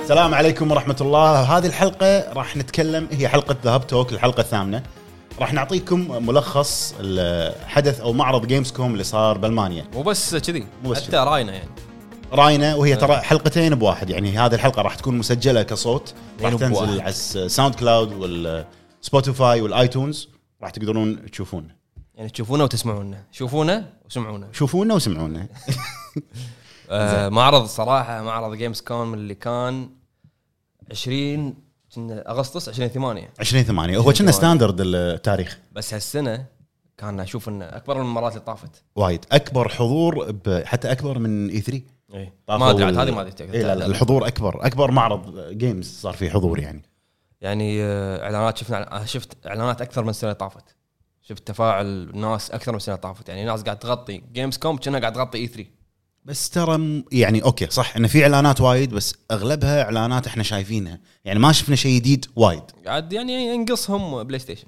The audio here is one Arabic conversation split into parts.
السلام عليكم ورحمة الله هذه الحلقة راح نتكلم هي حلقة ذهب توك الحلقة الثامنة راح نعطيكم ملخص الحدث أو معرض جيمز كوم اللي صار بالمانيا مو بس كذي مو بس حتى كذي. راينا يعني راينا وهي ترى حلقتين بواحد يعني هذه الحلقة راح تكون مسجلة كصوت راح لين بواحد. تنزل على الساوند كلاود والسبوتيفاي والايتونز راح تقدرون تشوفون يعني تشوفونا وتسمعونا شوفونا وسمعونا شوفونا وسمعونا آه معرض صراحه معرض جيمز كون اللي كان 20 كنا اغسطس 20 8 20 8 هو كنا 20/8. ستاندرد التاريخ بس هالسنه كان اشوف انه اكبر من المرات اللي طافت وايد اكبر حضور ب- حتى اكبر من اي 3 اي ما ادري عاد هذه ما ادري إيه لا لا الحضور اكبر اكبر معرض جيمز صار فيه حضور يعني يعني آه، اعلانات شفنا آه، شفت اعلانات اكثر من سنه طافت شفت تفاعل الناس اكثر من سنه طافت يعني ناس قاعد تغطي جيمز كوم كنا قاعد تغطي E اي 3 بس ترى م- يعني اوكي صح انه في اعلانات وايد بس اغلبها اعلانات احنا شايفينها يعني ما شفنا شيء جديد وايد قاعد يعني ينقصهم بلاي ستيشن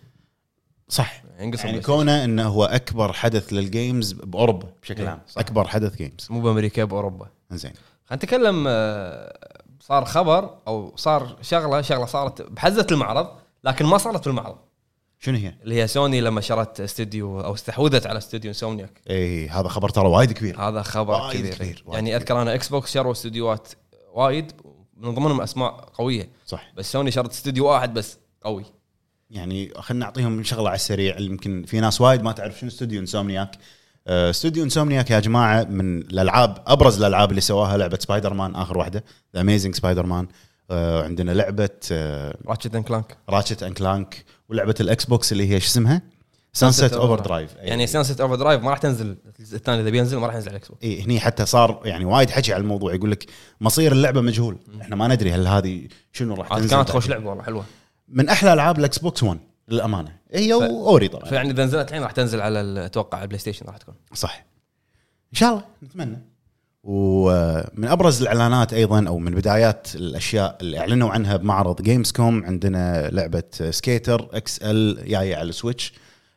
صح ينقصهم يعني يعني كونه انه هو اكبر حدث للجيمز باوروبا بشكل إيه، عام صح. اكبر حدث جيمز مو بامريكا باوروبا زين خلينا نتكلم آه، صار خبر او صار شغله شغله صارت بحزه المعرض لكن ما صارت في المعرض شنو هي؟ اللي هي سوني لما شرت استوديو او استحوذت على استوديو انسومنياك اي إيه، هذا خبر ترى وايد كبير هذا خبر وايد كبير, كبير، وايد يعني كبير. اذكر انا اكس بوكس شروا استديوهات وايد من ضمنهم اسماء قويه صح بس سوني شرت استوديو واحد بس قوي يعني خلينا نعطيهم شغله على السريع يمكن في ناس وايد ما تعرف شنو استوديو انسومنياك آه، استوديو انسومنياك يا جماعه من الالعاب ابرز الالعاب اللي سواها لعبه سبايدر مان اخر واحده ذا اميزنج سبايدر مان آه، عندنا آه، لعبه راتشت اند كلانك راتشت اند كلانك ولعبه الاكس بوكس اللي هي شو اسمها؟ سانست اوفر درايف يعني سانست اوفر درايف ما راح تنزل الجزء الثاني اذا بينزل ما راح ينزل على الاكس بوكس إيه هني حتى صار يعني وايد حكي على الموضوع يقول لك مصير اللعبه مجهول احنا ما ندري هل هذه شنو راح عاد تنزل كانت خوش لعبه والله حلوه من احلى العاب الاكس بوكس 1 للامانه هي واوري طبعا فيعني اذا يعني نزلت الحين راح تنزل على ال- اتوقع على البلاي ستيشن راح تكون صح ان شاء الله نتمنى ومن ابرز الاعلانات ايضا او من بدايات الاشياء اللي اعلنوا عنها بمعرض جيمز كوم عندنا لعبه سكيتر اكس ال جايه على السويتش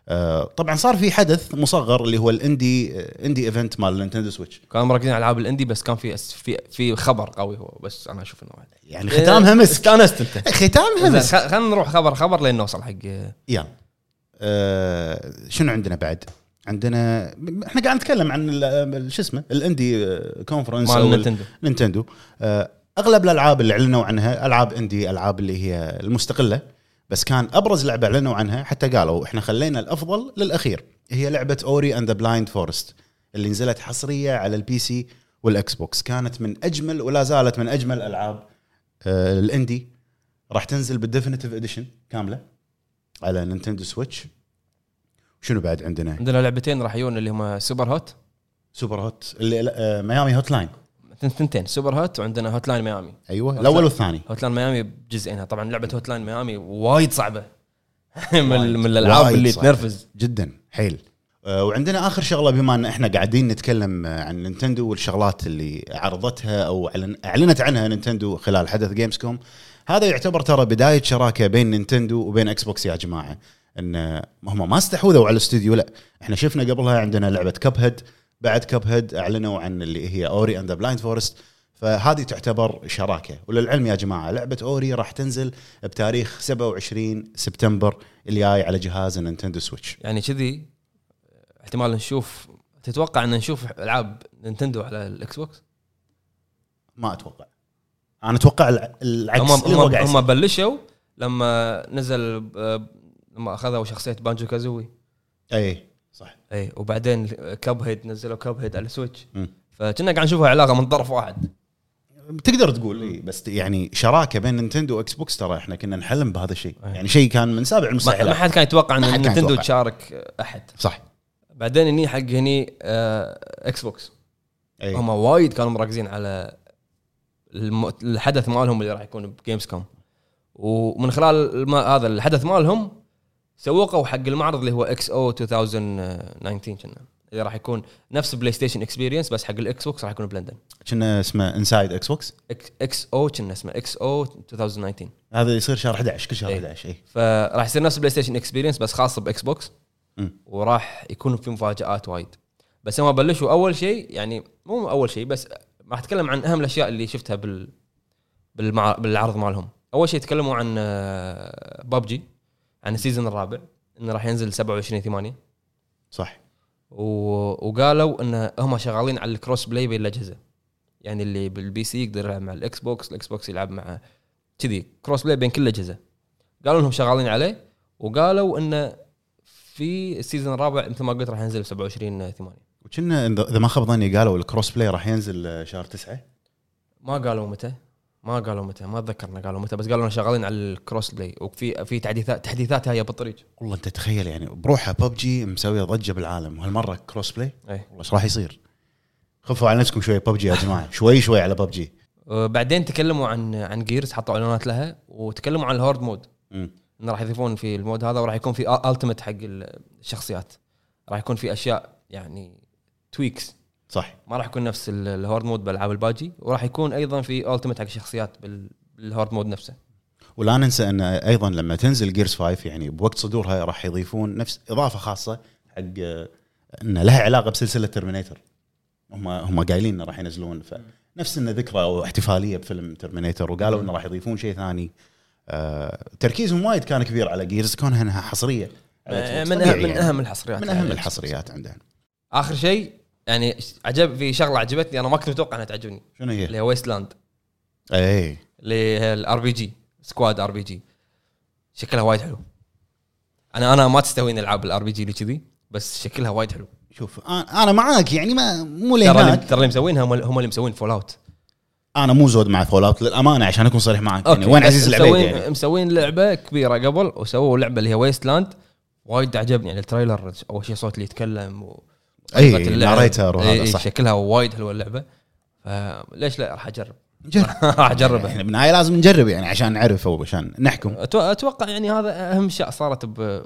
آه، طبعا صار في حدث مصغر اللي هو الاندي اندي ايفنت مال نينتندو سويتش كانوا مركزين على العاب الاندي بس كان في أس- في في خبر قوي هو بس انا اشوف انه واحد يعني ختامها مسك استانست إيه، انت ختامها إيه، زين، مسك خل- خلينا نروح خبر خبر لين نوصل حق يلا آه، شنو عندنا بعد؟ عندنا احنا قاعد نتكلم عن ال- آه، شو اسمه آه، الاندي كونفرنس مال نينتندو نينتندو آه، اغلب الالعاب اللي اعلنوا عنها العاب اندي العاب اللي هي المستقله بس كان ابرز لعبه اعلنوا عنها حتى قالوا احنا خلينا الافضل للاخير هي لعبه اوري اند ذا بلايند فورست اللي نزلت حصريه على البي سي والاكس بوكس كانت من اجمل ولا زالت من اجمل العاب آه، الاندي راح تنزل بالديفينيتيف اديشن كامله على نينتندو سويتش شنو بعد عندنا عندنا لعبتين راح يجون اللي هم سوبر هوت سوبر هوت اللي آه، ميامي هوت لاين ثن- ثنتين سوبر هوت وعندنا هوت لاين ميامي ايوه الاول والثاني هوت لاين ميامي بجزئينها طبعا لعبه هوت لاين ميامي وايد صعبه من, من الالعاب وايد اللي صعبة. تنرفز جدا حيل آه، وعندنا اخر شغله بما ان احنا قاعدين نتكلم آه، عن نينتندو والشغلات اللي عرضتها او أعلن- اعلنت عنها نينتندو خلال حدث جيمز كوم هذا يعتبر ترى بدايه شراكه بين نينتندو وبين اكس بوكس يا جماعه ان آه، هم ما استحوذوا على الاستوديو لا احنا شفنا قبلها عندنا لعبه كب هيد بعد كب هيد اعلنوا عن اللي هي اوري اند ذا بلايند فورست فهذه تعتبر شراكه وللعلم يا جماعه لعبه اوري راح تنزل بتاريخ 27 سبتمبر الجاي على جهاز نينتندو سويتش يعني كذي احتمال نشوف تتوقع ان نشوف العاب نينتندو على الاكس بوكس ما اتوقع انا اتوقع الع- العكس هم اللي هو قاعد هم إيه يصير. هم بلشوا لما نزل آه، لما اخذوا شخصيه بانجو كازوي اي إيه، صح اي وبعدين كاب هيد نزلوا كاب هيد على السويتش مم. فكنا قاعد نشوفها علاقه من طرف واحد تقدر تقول إيه بس يعني شراكه بين نينتندو واكس بوكس ترى احنا كنا نحلم بهذا الشيء أي. يعني شيء كان من سابع ما, إيه. ما المستحيلات حد كان يتوقع ما حد ان كان نينتندو يتوقع. تشارك آه، احد صح بعدين هني حق هني آه، اكس بوكس اي هم وايد كانوا مركزين على الم- الحدث مالهم اللي راح يكون بجيمز كوم ومن خلال الم- هذا الحدث مالهم سوقوا حق المعرض اللي هو اكس او 2019 كنا اللي راح يكون نفس بلاي ستيشن اكسبيرينس بس حق الاكس بوكس راح يكون بلندن كنا اسمه انسايد اكس بوكس اكس او كنا اسمه اكس او 2019 هذا يصير شهر 11 كل شهر إيه. أي. 11 اي فراح يصير نفس بلاي ستيشن اكسبيرينس بس خاص باكس بوكس مم. وراح يكون في مفاجات وايد بس هم بلشوا اول شيء يعني مو اول شيء بس راح اتكلم عن اهم الاشياء اللي شفتها بال بالمع... بالعرض مالهم اول شيء تكلموا عن آه، ببجي عن السيزون الرابع انه راح ينزل 27 8 صح و... وقالوا ان هم شغالين على الكروس بلاي بين الاجهزه يعني اللي بالبي سي يقدر يلعب مع الاكس بوكس الاكس بوكس يلعب مع كذي كروس بلاي بين كل الاجهزه قالوا انهم شغالين عليه وقالوا انه في السيزون الرابع مثل ما قلت راح ينزل 27 8 وكنا إذا- اذا ما خاب ظني قالوا الكروس بلاي راح ينزل آه، شهر تسعة ما قالوا متى ما قالوا متى ما اتذكرنا قالوا متى بس قالوا انه شغالين على الكروس بلاي وفي في تحديثات تحديثات هاي بالطريق والله انت تخيل يعني بروحها ببجي مسويه ضجه بالعالم وهالمره كروس بلاي اي والله ايش راح يصير؟ خفوا على نفسكم شوي ببجي يا جماعه شوي شوي على ببجي أه، بعدين تكلموا عن عن جيرز حطوا اعلانات لها وتكلموا عن الهورد مود انه راح يضيفون في المود هذا وراح يكون في التيمت حق الشخصيات راح يكون في اشياء يعني تويكس صح ما راح يكون نفس ال- الهورد مود بالالعاب الباجي وراح يكون ايضا في التيمت حق الشخصيات بال- بالهورد مود نفسه ولا ننسى ان ايضا لما تنزل جيرز 5 يعني بوقت صدورها راح يضيفون نفس اضافه خاصه حق آه، ان لها علاقه بسلسله ترمينيتر هم هم قايلين انه راح ينزلون فنفس انه ذكرى او احتفاليه بفيلم ترمينيتر وقالوا انه راح يضيفون شيء ثاني آه، تركيزهم وايد كان كبير على جيرز كونها انها حصريه على Xbox. آه، من طبيعي اهم من يعني. اهم الحصريات من يعني. اهم الحصريات عندنا اخر شيء يعني عجب في شغله عجبتني انا ما كنت متوقع انها تعجبني شنو هي؟ إيه. اللي هي ويست لاند اي للار بي جي سكواد ار بي جي شكلها وايد حلو انا انا ما تستهويني العاب الار بي جي اللي كذي بس شكلها وايد حلو شوف أنا- انا معاك يعني ما مو ترى اللي- لهناك ترى اللي مسوينها هم هم اللي مسوين فول اوت انا مو زود مع فول اوت للامانه عشان اكون صريح معاك يعني وين عزيز العبيد يعني مسوين لعبه كبيره قبل وسووا لعبه اللي هي ويست لاند وايد عجبني يعني التريلر اول شيء صوت اللي يتكلم و أي، طريقة اللعب. ناريتر وهذا أي، أي، صح. شكلها وايد حلوه اللعبه فليش لا راح اجرب جرب آه. راح اجربها احنا بالنهايه آه، لازم نجرب يعني عشان نعرف او عشان نحكم أتو- اتوقع يعني هذا اهم شيء صارت ب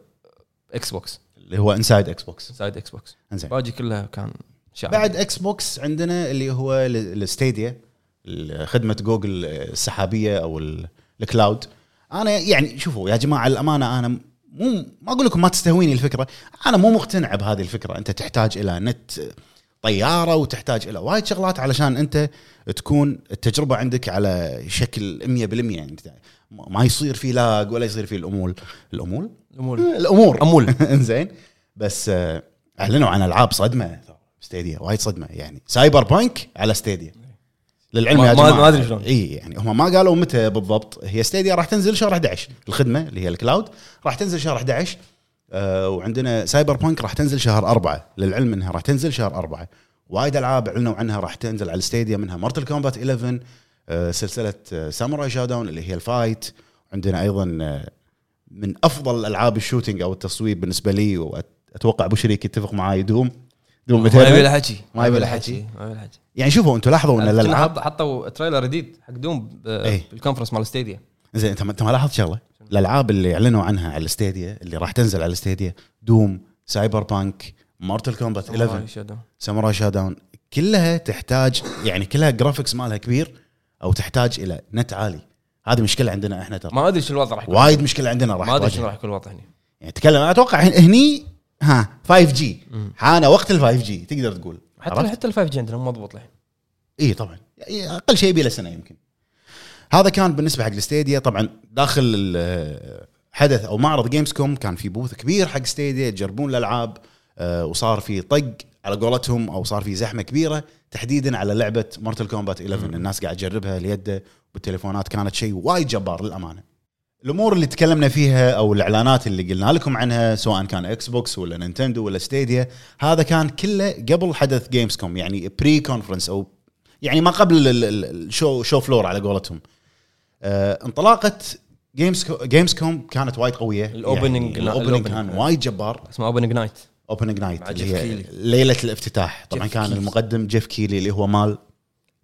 اكس بوكس اللي هو انسايد اكس بوكس سايد اكس بوكس انزين باجي كلها كان شعب بعد اكس بوكس عندنا اللي هو ال- الستيديا ال- خدمه جوجل السحابيه او ال- الكلاود انا يعني شوفوا يا جماعه الامانه انا مو ما اقول لكم ما تستهويني الفكره انا مو مقتنع بهذه الفكره انت تحتاج الى نت طياره وتحتاج الى وايد شغلات علشان انت تكون التجربه عندك على شكل 100% يعني ما يصير في لاج ولا يصير في الامول الامول الامور الامور امول انزين آه، بس آه، اعلنوا عن العاب صدمه ستيديا وايد صدمه يعني سايبر بانك على ستيديا للعلم ما- يا ما- جماعه ما أدري شلون. اي يعني هم ما قالوا متى بالضبط هي ستيديا راح تنزل شهر 11 الخدمه اللي هي الكلاود راح تنزل شهر 11 آه، وعندنا سايبر بانك راح تنزل شهر أربعة للعلم انها راح تنزل شهر أربعة وايد العاب اعلنوا عنها راح تنزل على الستيديا منها مارتل كومبات 11 آه، سلسله آه، ساموراي شاداون اللي هي الفايت عندنا ايضا آه، من افضل العاب الشوتينج او التصويب بالنسبه لي واتوقع ابو شريك يتفق معاي دوم دوم ما يبي متابع له حكي ما يبي له حكي. ما يبي له حكي يعني شوفوا انتم لاحظوا ان كنا الالعاب حط- حطوا تريلر جديد حق دوم ب- إيه. بالكونفرنس مال ستيديا زين انت ما- انت ما لاحظت شغله الالعاب اللي اعلنوا عنها على الاستيديا اللي راح تنزل على الاستيديا دوم سايبر بانك مارتل كومبات 11 ساموراي شاداون كلها تحتاج يعني كلها جرافيكس مالها كبير او تحتاج الى نت عالي هذه مشكله عندنا احنا ترى ما ادري شو الوضع راح يكون وايد مشكله عندنا راح ما ادري تواجهنا. شنو راح يكون الوضع هنا يعني تكلم انا اتوقع هن- هني ها 5 جي مم. حان وقت ال 5 جي تقدر تقول حتى عرفت؟ حتى الفايف جي عندنا مو مضبوط الحين اي طبعا يعني اقل شيء يبي له سنه يمكن هذا كان بالنسبه حق الاستيديا طبعا داخل ال- آه، حدث او معرض جيمز كوم كان في بوث كبير حق ستيديا يجربون الالعاب آه، وصار في طق على قولتهم او صار في زحمه كبيره تحديدا على لعبه مورتل كومبات 11 الناس قاعد تجربها اليد بالتليفونات كانت شيء وايد جبار للامانه الامور اللي تكلمنا فيها او الاعلانات اللي قلنا لكم عنها سواء كان اكس بوكس ولا نينتندو ولا ستيديا هذا كان كله قبل حدث جيمز كوم يعني بري كونفرنس او يعني ما قبل ال- ال- ال- الشو شو فلور على قولتهم آه، انطلاقه جيمز جيمز كوم كانت وايد قويه الأوبننج- يعني الاوبننج الأوبننج. كان وايد جبار اسمه اوبن اجنايت اوبننج نايت مع اللي جيف هي كيلي. ليله الافتتاح طبعا جيف كان كيلي. المقدم جيف كيلي اللي هو مال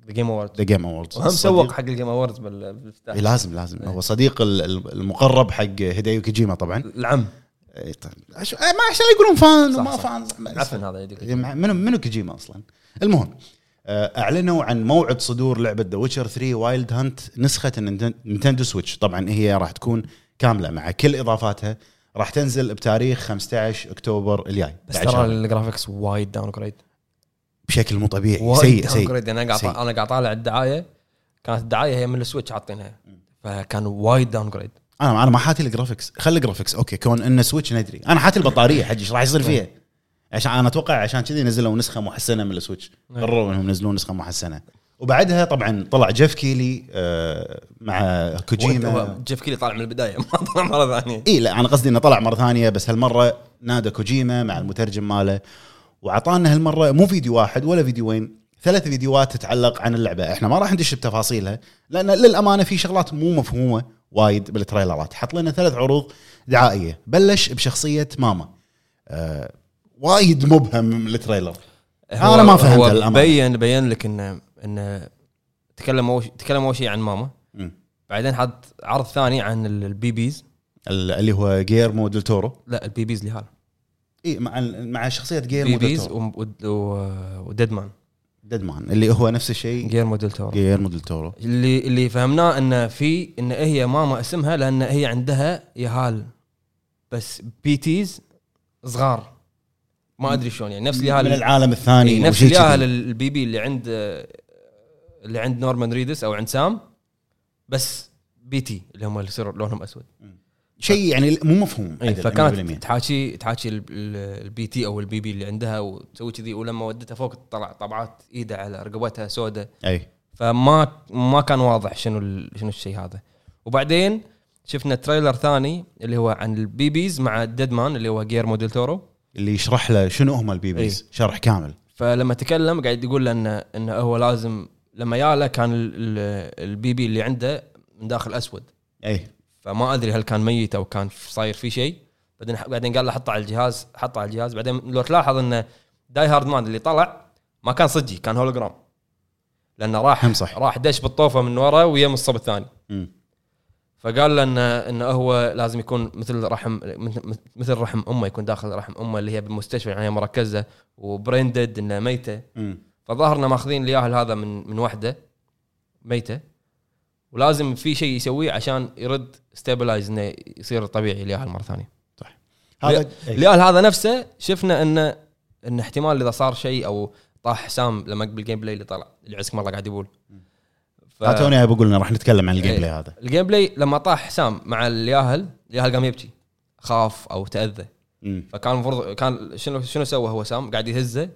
ذا جيم اووردز ذا جيم اووردز وهم سوق حق الجيم اووردز بالافتتاح إيه لازم لازم هو صديق ال- ال- المقرب حق هيديو كوجيما طبعا العم إيه طبعاً. عش- آه، ما عشان يقولون فان صح، وما صح. فان عفن هذا يدق. يعني مع- منو منو كوجيما اصلا المهم آه، اعلنوا عن موعد صدور لعبه ذا ويتشر 3 وايلد هانت نسخه النينتن- نينتندو سويتش طبعا هي راح تكون كامله مع كل اضافاتها راح تنزل بتاريخ 15 اكتوبر الجاي بس بعد ترى شهر. الجرافكس وايد داون جريد بشكل مو طبيعي وايد يعني سيء داون إيه، سيء جريد انا سيء. قاعد انا قاعد طالع الدعايه كانت الدعايه هي من السويتش عاطينها فكان وايد داون جريد انا انا ما حاتي الجرافكس خلي جرافكس اوكي كون انه سويتش ندري انا حاتي البطاريه حجي ايش راح يصير فيها عشان انا اتوقع عشان كذي نزلوا نسخه محسنه من السويتش نعم. قرروا انهم ينزلون نسخه محسنه وبعدها طبعا طلع جيف كيلي آه، مع كوجيما جيف كيلي طالع من البدايه ما طلع مره ثانيه اي إيه، لا انا قصدي انه طلع مره ثانيه بس هالمره نادى كوجيما مع المترجم ماله وعطانا هالمره مو فيديو واحد ولا فيديوين ثلاث فيديوهات تتعلق عن اللعبه احنا ما راح ندش بتفاصيلها لان للامانه في شغلات مو مفهومه وايد بالتريلرات حط لنا ثلاث عروض دعائيه بلش بشخصيه ماما آه وايد مبهم التريلر هو- أنا ما فهمت هو الأمر. بين بين لك انه انه تكلم اول شيء تكلم اول شيء عن ماما مم. بعدين حط عرض ثاني عن ال- البي بيز ال- اللي هو جيرمو ديل تورو لا البي بيز اللي هذا اي إيه، مع ال- مع شخصيه بي جيرمو ديل بيز تورو وديد مان ديدمان اللي هو نفس الشيء جير موديل تورو جيرمو ديل تورو اللي اللي فهمناه انه في ان هي ماما اسمها لان هي عندها يهال بس بيتيز صغار ما ادري شلون يعني نفس من اليهال العالم الثاني إي، يعني نفس إيه، وشي كذي. الياهل البي بي اللي عند اللي عند نورمان ريدس او عند سام بس بي تي اللي هم اللي صاروا لونهم اسود شيء يعني مو مفهوم اي عدل إيه، فكانت 100%. تحاكي تحاكي ال- ال- البي تي او البي بي اللي عندها وتسوي كذي ولما ودتها فوق طلع طبعات ايده على رقبتها سوداء اي فما ما كان واضح شنو ال- شنو الشيء هذا وبعدين شفنا تريلر ثاني اللي هو عن البي بيز مع ديدمان اللي هو جير موديل تورو اللي يشرح له شنو هم البي إيه. بيز شرح كامل فلما تكلم قاعد يقول له انه انه هو لازم لما ياله كان ال- ال- البي بي اللي عنده من داخل اسود اي فما ادري هل كان ميت او كان ف- صاير فيه شيء بعدين بعدين قال له حطه على الجهاز حطه على الجهاز بعدين لو تلاحظ انه داي هارد مان اللي طلع ما كان صجي كان هولوجرام لانه راح هم صح. راح دش بالطوفه من ورا ويا من الصب الثاني مم. فقال له انه انه هو لازم يكون مثل رحم مثل- مثل رحم امه يكون داخل رحم امه اللي هي بالمستشفى يعني هي مركزه وبريندد انه ميته مم. فظهرنا ماخذين الياهل هذا من من وحده ميته ولازم في شيء يسويه عشان يرد ستابلايز انه يصير طبيعي الياهل مره ثانيه. هذا أي. الياهل هذا إيه. نفسه شفنا انه انه احتمال اذا صار شيء او طاح حسام لما بالجيم بلاي اللي طلع اللي عزكم الله قاعد يقول. ف- إيه. ها توني أبي بقول لنا راح نتكلم عن الجيم بلاي هذا الجيم بلاي لما طاح حسام مع الياهل الياهل قام يبكي خاف او تاذى مم. فكان المفروض كان شنو شنو سوى هو سام قاعد يهزه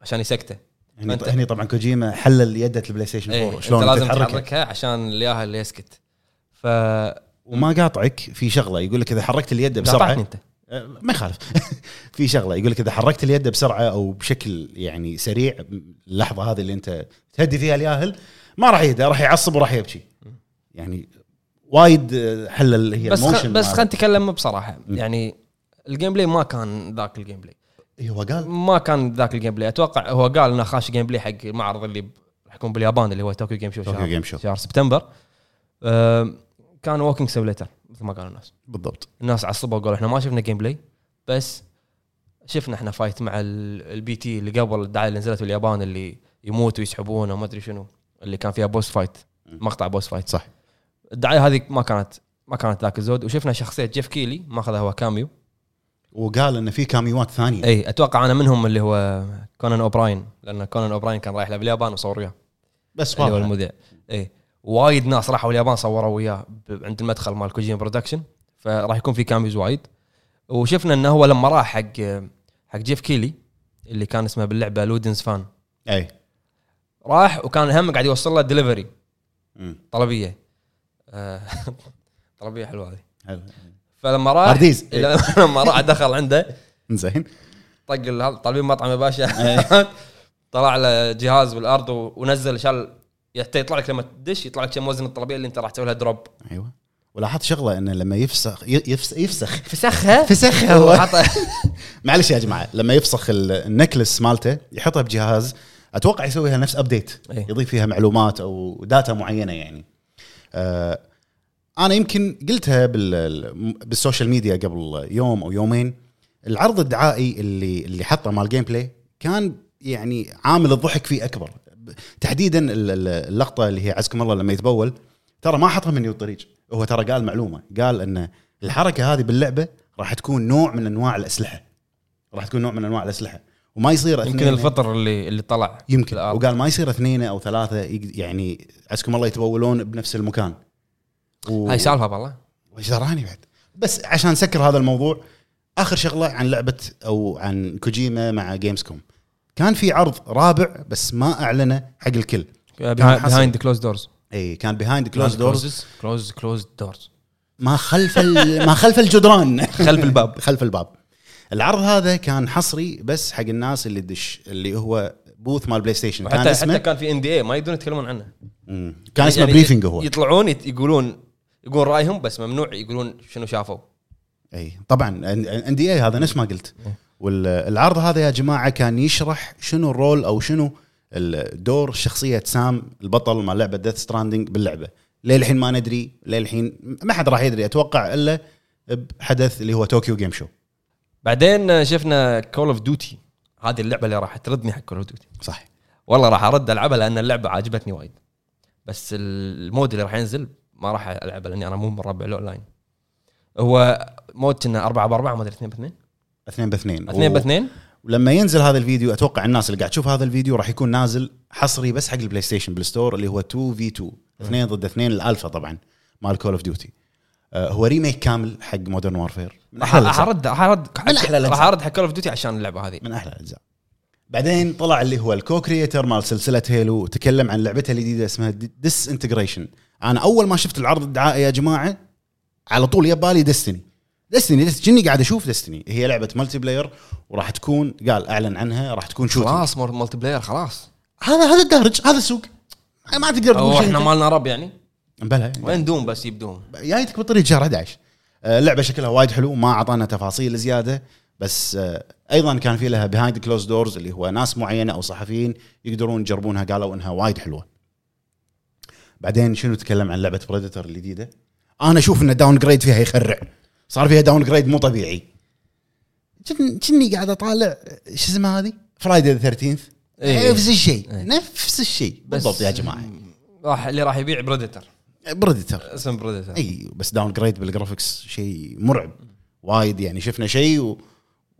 عشان يسكته هني فأنت- هني طبعا كوجيما حلل يده البلاي ستيشن 4 ايه شلون شلون انت لازم تتحرك تحركها عشان الياهل اللي يسكت ف وما قاطعك في شغله يقول لك اذا حركت اليد قاطعتني بسرعه انت أه، ما يخالف في شغله يقول لك اذا حركت اليد بسرعه او بشكل يعني سريع اللحظه هذه اللي انت تهدي فيها الياهل ما راح يهدى راح يعصب وراح يبكي يعني وايد أه، حلل هي بس خ... الموشن بس مال- خلينا نتكلم بصراحه مم. يعني الجيم بلاي ما كان ذاك الجيم بلاي إيه، هو قال ما كان ذاك الجيم بلاي اتوقع هو قال انه خاش جيم بلاي حق المعرض اللي ب- راح يكون باليابان اللي هو طوكيو جيم شو طوكيو شهر- جيم شو. شهر سبتمبر أم، كان ووكينج سيميليتر مثل ما قالوا الناس بالضبط الناس عصبوا وقالوا احنا ما شفنا جيم بلاي بس شفنا احنا فايت مع ال- البي تي اللي قبل الدعايه اللي نزلت باليابان اللي يموت ويسحبونه وما ادري شنو اللي كان فيها بوس فايت مقطع بوس فايت صح الدعايه هذه ما كانت ما كانت ذاك الزود وشفنا شخصيه جيف كيلي ماخذها هو كاميو وقال انه في كاميوات ثانيه اي اتوقع انا منهم اللي هو كونان اوبراين لان كونان اوبراين كان رايح له باليابان وصور وياه بس اللي هو واضح المذيع اي وايد ناس راحوا اليابان صوروا وياه ب- عند المدخل مال كوجين برودكشن فراح يكون في كاميوز وايد وشفنا انه هو لما راح حق حق جيف كيلي اللي كان اسمه باللعبه لودنز فان اي راح وكان هم قاعد يوصل له دليفري مم. طلبيه آه، طلبيه حلوه هذه حلو. إيه، فلما راح أرديز. لما راح دخل عنده زين طق ال- هذا طالبين مطعم يا باشا طلع له جهاز بالارض و- ونزل شال حتى يطلع لك لما تدش يطلع لك كم وزن الطلبيه اللي انت راح تسوي لها دروب ايوه ولاحظت شغله انه لما يفسخ يفسخ يفسخ فسخها فسخ هو وحطها معلش يا جماعه لما يفسخ ال- النكلس مالته يحطها بجهاز اتوقع يسويها نفس ابديت إيه. يضيف فيها معلومات او داتا معينه يعني آه انا يمكن قلتها بال- ال- بالسوشيال ميديا قبل يوم او يومين العرض الدعائي اللي اللي حطه مال جيم بلاي كان يعني عامل الضحك فيه اكبر ب- تحديدا ال- ال- اللقطه اللي هي عزكم الله لما يتبول ترى ما حطها مني الطريق هو ترى قال معلومه قال ان الحركه هذه باللعبه راح تكون نوع من انواع الاسلحه راح تكون نوع من انواع الاسلحه وما يصير يمكن اثنين- الفطر اللي اللي طلع يمكن الأرض. وقال ما يصير اثنين او ثلاثه يق- يعني عسكم الله يتبولون بنفس المكان و... هاي سالفه والله وش دراني بعد بس عشان نسكر هذا الموضوع اخر شغله عن لعبه او عن كوجيما مع جيمز كوم كان في عرض رابع بس ما اعلنه حق الكل حصل. بيهايند كلوز دورز اي كان بيهايند كلوز دورز كلوز كلوز دورز ما خلف ال- ما خلف الجدران خلف الباب خلف الباب العرض هذا كان حصري بس حق الناس اللي تدش اللي هو بوث مال بلاي ستيشن كان وحتى حتى اسمه كان في ان دي اي ما يقدرون يتكلمون عنه مم. كان اسمه يعني بريفنج هو يطلعون يت- يقولون يقولون رايهم بس ممنوع يقولون شنو شافوا اي طبعا ان دي اي هذا نفس ما قلت والعرض هذا يا جماعه كان يشرح شنو الرول او شنو الدور شخصيه سام البطل مال لعبه ديث ستراندنج باللعبه للحين ما ندري للحين ما حد راح يدري اتوقع الا بحدث اللي هو طوكيو جيم شو بعدين شفنا كول اوف ديوتي هذه اللعبه اللي راح تردني حق كول اوف ديوتي صح والله راح ارد العبها لان اللعبه عجبتني وايد بس المود اللي راح ينزل ما راح العبه لاني انا مو مربع الاونلاين هو مود كنا 4 ب 4 ما ادري 2 ب 2 اثنين باثنين 2 ب 2 ولما ينزل هذا الفيديو اتوقع الناس اللي قاعد تشوف هذا الفيديو راح يكون نازل حصري بس حق البلاي ستيشن بالستور اللي هو 2 في 2 اثنين ضد اثنين الالفا طبعا مال كول اوف ديوتي آه، هو ريميك كامل حق مودرن وارفير راح راح ارد راح ارد من أحلى الأجزاء. راح ارد حق كول اوف ديوتي عشان اللعبه هذه من احلى الاجزاء بعدين طلع اللي هو الكو كريتر مال سلسله هيلو تكلم عن لعبتها الجديده اسمها ديس انتجريشن انا اول ما شفت العرض الدعائي يا جماعه على طول يبالي ديستني ديستني كني قاعد اشوف ديستني هي لعبه ملتي بلاير وراح تكون قال اعلن عنها راح تكون شوتنج خلاص مور- مالتي بلاير خلاص هذا هذا الدارج هذا السوق ما تقدر او تقول احنا شيء مالنا رب يعني بلى وين دوم بس يبدون جايتك بطريق شهر 11 آه، اللعبه شكلها وايد حلو ما اعطانا تفاصيل زياده بس آه، ايضا كان في لها بيهايند كلوز دورز اللي هو ناس معينه او صحفيين يقدرون يجربونها قالوا انها وايد حلوه بعدين شنو تكلم عن لعبه بريدتر الجديده انا اشوف ان داون جريد فيها يخرع صار فيها داون جريد مو طبيعي جن- جني قاعد اطالع شو اسمها هذه فرايدي 13 إيه. نفس الشيء إيه. نفس الشيء بس بالضبط يا جماعه راح اللي راح يبيع بريدتر بريدتر اسم بريدتر اي بس داون جريد بالجرافكس شيء مرعب وايد يعني شفنا شيء و...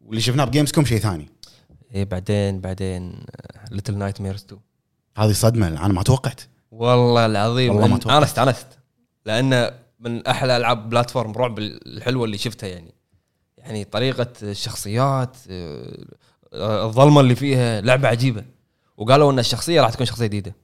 واللي شفناه بجيمز كوم شيء ثاني اي إيه، بعدين بعدين آه، ليتل نايت ميرز 2 هذه صدمه انا ما توقعت والله العظيم والله ما أنا- توقعت. انا استانست لانه من احلى العاب بلاتفورم رعب الحلوه اللي شفتها يعني يعني طريقه الشخصيات آه، آه، الظلمه اللي فيها لعبه عجيبه وقالوا ان الشخصيه راح تكون شخصيه جديده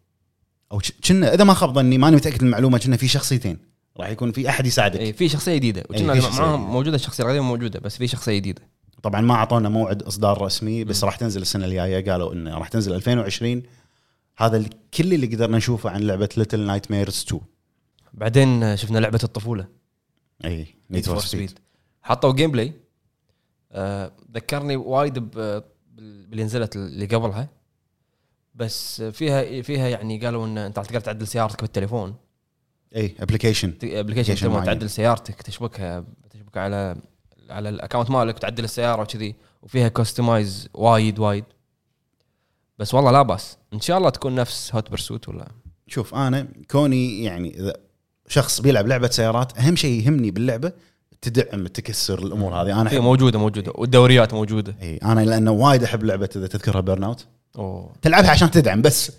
او ش- كنا اذا ما خاب ظني ماني متاكد من المعلومه كنا في شخصيتين راح يكون في احد يساعدك اي إيه، في شخصيه جديده وكنا إيه، في شخصية معاهم جديدة. موجوده الشخصيه القديمه موجوده بس في شخصيه جديده طبعا ما اعطونا موعد اصدار رسمي بس راح تنزل السنه الجايه قالوا انه راح تنزل 2020 هذا ال- كل اللي قدرنا نشوفه عن لعبه ليتل نايت ميرز 2 بعدين آه، شفنا لعبه الطفوله اي نيد فور سبيد حطوا جيم بلاي آه، ذكرني وايد ب- باللي نزلت اللي قبلها بس فيها فيها يعني قالوا ان انت راح تقدر تعدل سيارتك بالتليفون اي ابلكيشن ابلكيشن Application تبغى معين. تعدل سيارتك تشبكها تشبكها على على الاكونت مالك وتعدل السياره وكذي وفيها كستمايز وايد وايد بس والله لا باس ان شاء الله تكون نفس هوت برسوت ولا شوف انا كوني يعني اذا شخص بيلعب لعبه سيارات اهم شيء يهمني باللعبه تدعم تكسر الامور هذه انا هي أحب موجوده موجوده أيوة، والدوريات موجوده اي انا لانه وايد احب لعبه اذا تذكرها بيرن اوت اوه تلعبها عشان تدعم بس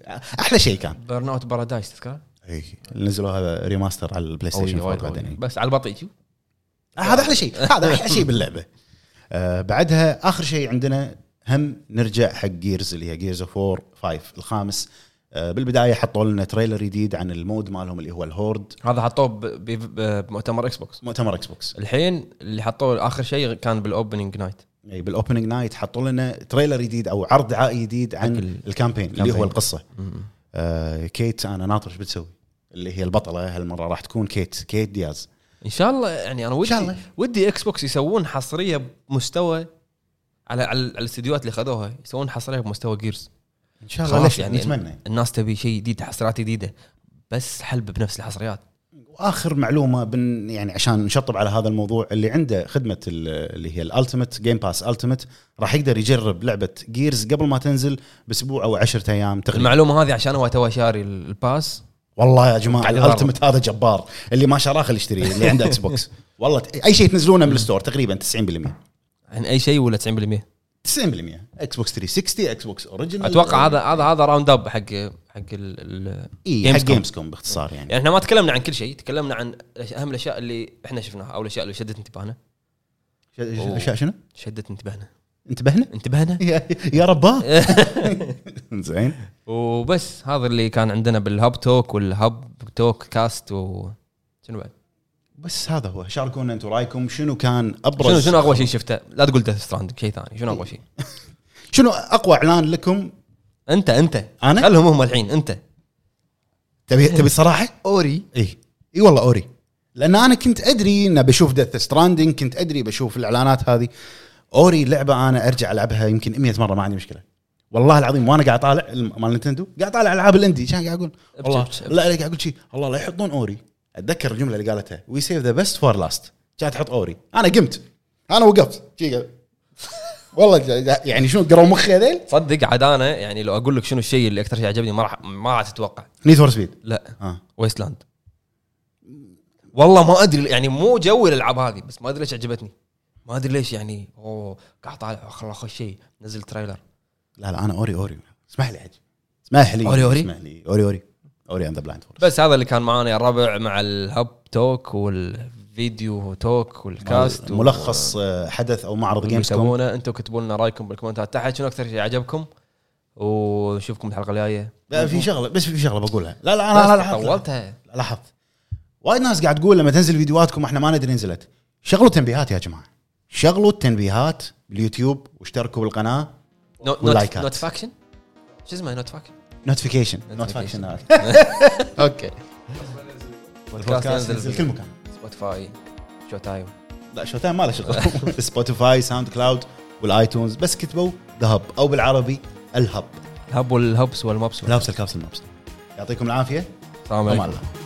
احلى شيء كان بيرن اوت بارادايس تذكر؟ اي نزلوا هذا ريماستر على البلاي ستيشن قوية، 4 وايد بعدين إيه. قوية. إي. بس على البطيء آه، هذا احلى شيء هذا احلى شيء باللعبه آه بعدها اخر شيء عندنا هم نرجع حق جيرز اللي هي جيرز اوف 4 5 الخامس آه بالبدايه حطوا لنا تريلر جديد عن المود مالهم اللي هو الهورد هذا حطوه ب- ب- ب- بمؤتمر اكس بوكس مؤتمر اكس بوكس الحين اللي حطوه اخر شيء كان بالاوبننج نايت اي بالاوبننج نايت إيه، حطوا لنا تريلر جديد او عرض دعائي جديد عن ال- الكامبين اللي هو الكامبين. القصه آه كيت انا ناطر ايش بتسوي اللي هي البطله هالمره راح تكون كيت كيت دياز ان شاء الله يعني انا ودي شاء الله. ودي اكس بوكس يسوون حصريه بمستوى على على على الاستديوهات اللي خذوها يسوون حصريه بمستوى جيرز ان شاء الله. خلاص ليش يعني يعني؟ نتمنى الناس تبي شيء جديد حصريات جديده بس حلب بنفس الحصريات واخر معلومه بن يعني عشان نشطب على هذا الموضوع اللي عنده خدمه ال- اللي هي الالتيميت جيم باس التيميت راح يقدر يجرب لعبه جيرز قبل ما تنزل باسبوع او 10 ايام تقريبا المعلومه هذه عشان هو تو شاري الباس والله يا جماعه قاعد يضرب. الالتيميت هذا جبار اللي ما شراه خليه يشتريه اللي عنده اكس بوكس والله ت- اي شيء تنزلونه من الستور تقريبا 90% عن اي شيء ولا 90% 90% اكس بوكس 360 اكس بوكس اوريجنال اتوقع هذا هذا هذا راوند اب حق حق ال- ال- اي إيه، حق Gamescom. جيمز كوم باختصار يعني يعني احنا ما تكلمنا عن كل شيء تكلمنا عن الأش- اهم الاشياء اللي احنا شفناها او الاشياء اللي شدت انتباهنا ش- ش- أوه. ش- شنو؟ شدت انتباهنا انتبهنا؟ انتبهنا يا, يا رباه زين وبس هذا اللي كان عندنا بالهاب توك والهاب توك كاست و شنو بعد؟ بس هذا هو شاركونا انتم رايكم شنو كان ابرز شنو شنو اقوى شيء شفته؟ لا تقول ديث ستراند شيء ثاني شنو اقوى شيء؟ شنو اقوى اعلان لكم انت انت أنا؟ خلهم هم الحين انت تبي تبي صراحه؟ اوري اي اي والله اوري لان انا كنت ادري ان بشوف ديث ستراندنج كنت ادري بشوف الاعلانات هذه اوري لعبه انا ارجع العبها يمكن 100 مره ما عندي مشكله والله العظيم وانا قاعد طالع الم- مال نينتندو قاعد طالع العاب الاندي كان قاعد اقول والله ابجد. لا لا قاعد اقول شيء الله لا يحطون اوري اتذكر الجمله اللي قالتها وي سيف ذا بيست فور لاست كانت تحط اوري انا قمت انا وقفت شي قاعد- والله جا- يعني شنو قروا مخي هذيل صدق عاد انا يعني لو اقول لك شنو الشيء اللي اكثر شيء عجبني ما راح ما راح تتوقع نيد فور سبيد لا اه ويستلاند والله ما ادري يعني مو جوي الالعاب هذه بس ما ادري ليش عجبتني ما ادري ليش يعني اوه قاعد طالع خل اخش شيء نزل تريلر لا لا انا اوري اوري اسمح لي حج اسمح لي أوري أوري؟ اسمح لي اوري اوري اوري اند ذا بلايند فورست بس هذا اللي كان معانا يا الربع مع الهب توك والفيديو توك والكاست و- ملخص آه، حدث او معرض اللي جيمز كوم يسوونه انتم كتبوا لنا رايكم بالكومنتات تحت شنو اكثر شيء عجبكم ونشوفكم الحلقه الجايه لا في شغله بس في شغله بقولها لا لا انا انا لاحظت لاحظت- طولتها لاحظت وايد ناس قاعد تقول لما تنزل فيديوهاتكم احنا ما ندري نزلت شغلوا التنبيهات يا جماعه شغلوا التنبيهات باليوتيوب واشتركوا بالقناه واللايكات. نوت فاكشن شو اسمه نوت فاكشن نوتيفيكيشن Notification. نوتيفيكيشن اوكي البودكاست ينزل كل مكان سبوتيفاي شو تايم لا شو تايم ما له شغل سبوتيفاي ساوند كلاود والايتونز بس كتبوا ذا هب او بالعربي الهب الهب والهبس والمبس لابس الكابس المبس يعطيكم العافيه السلام امان عليكم الله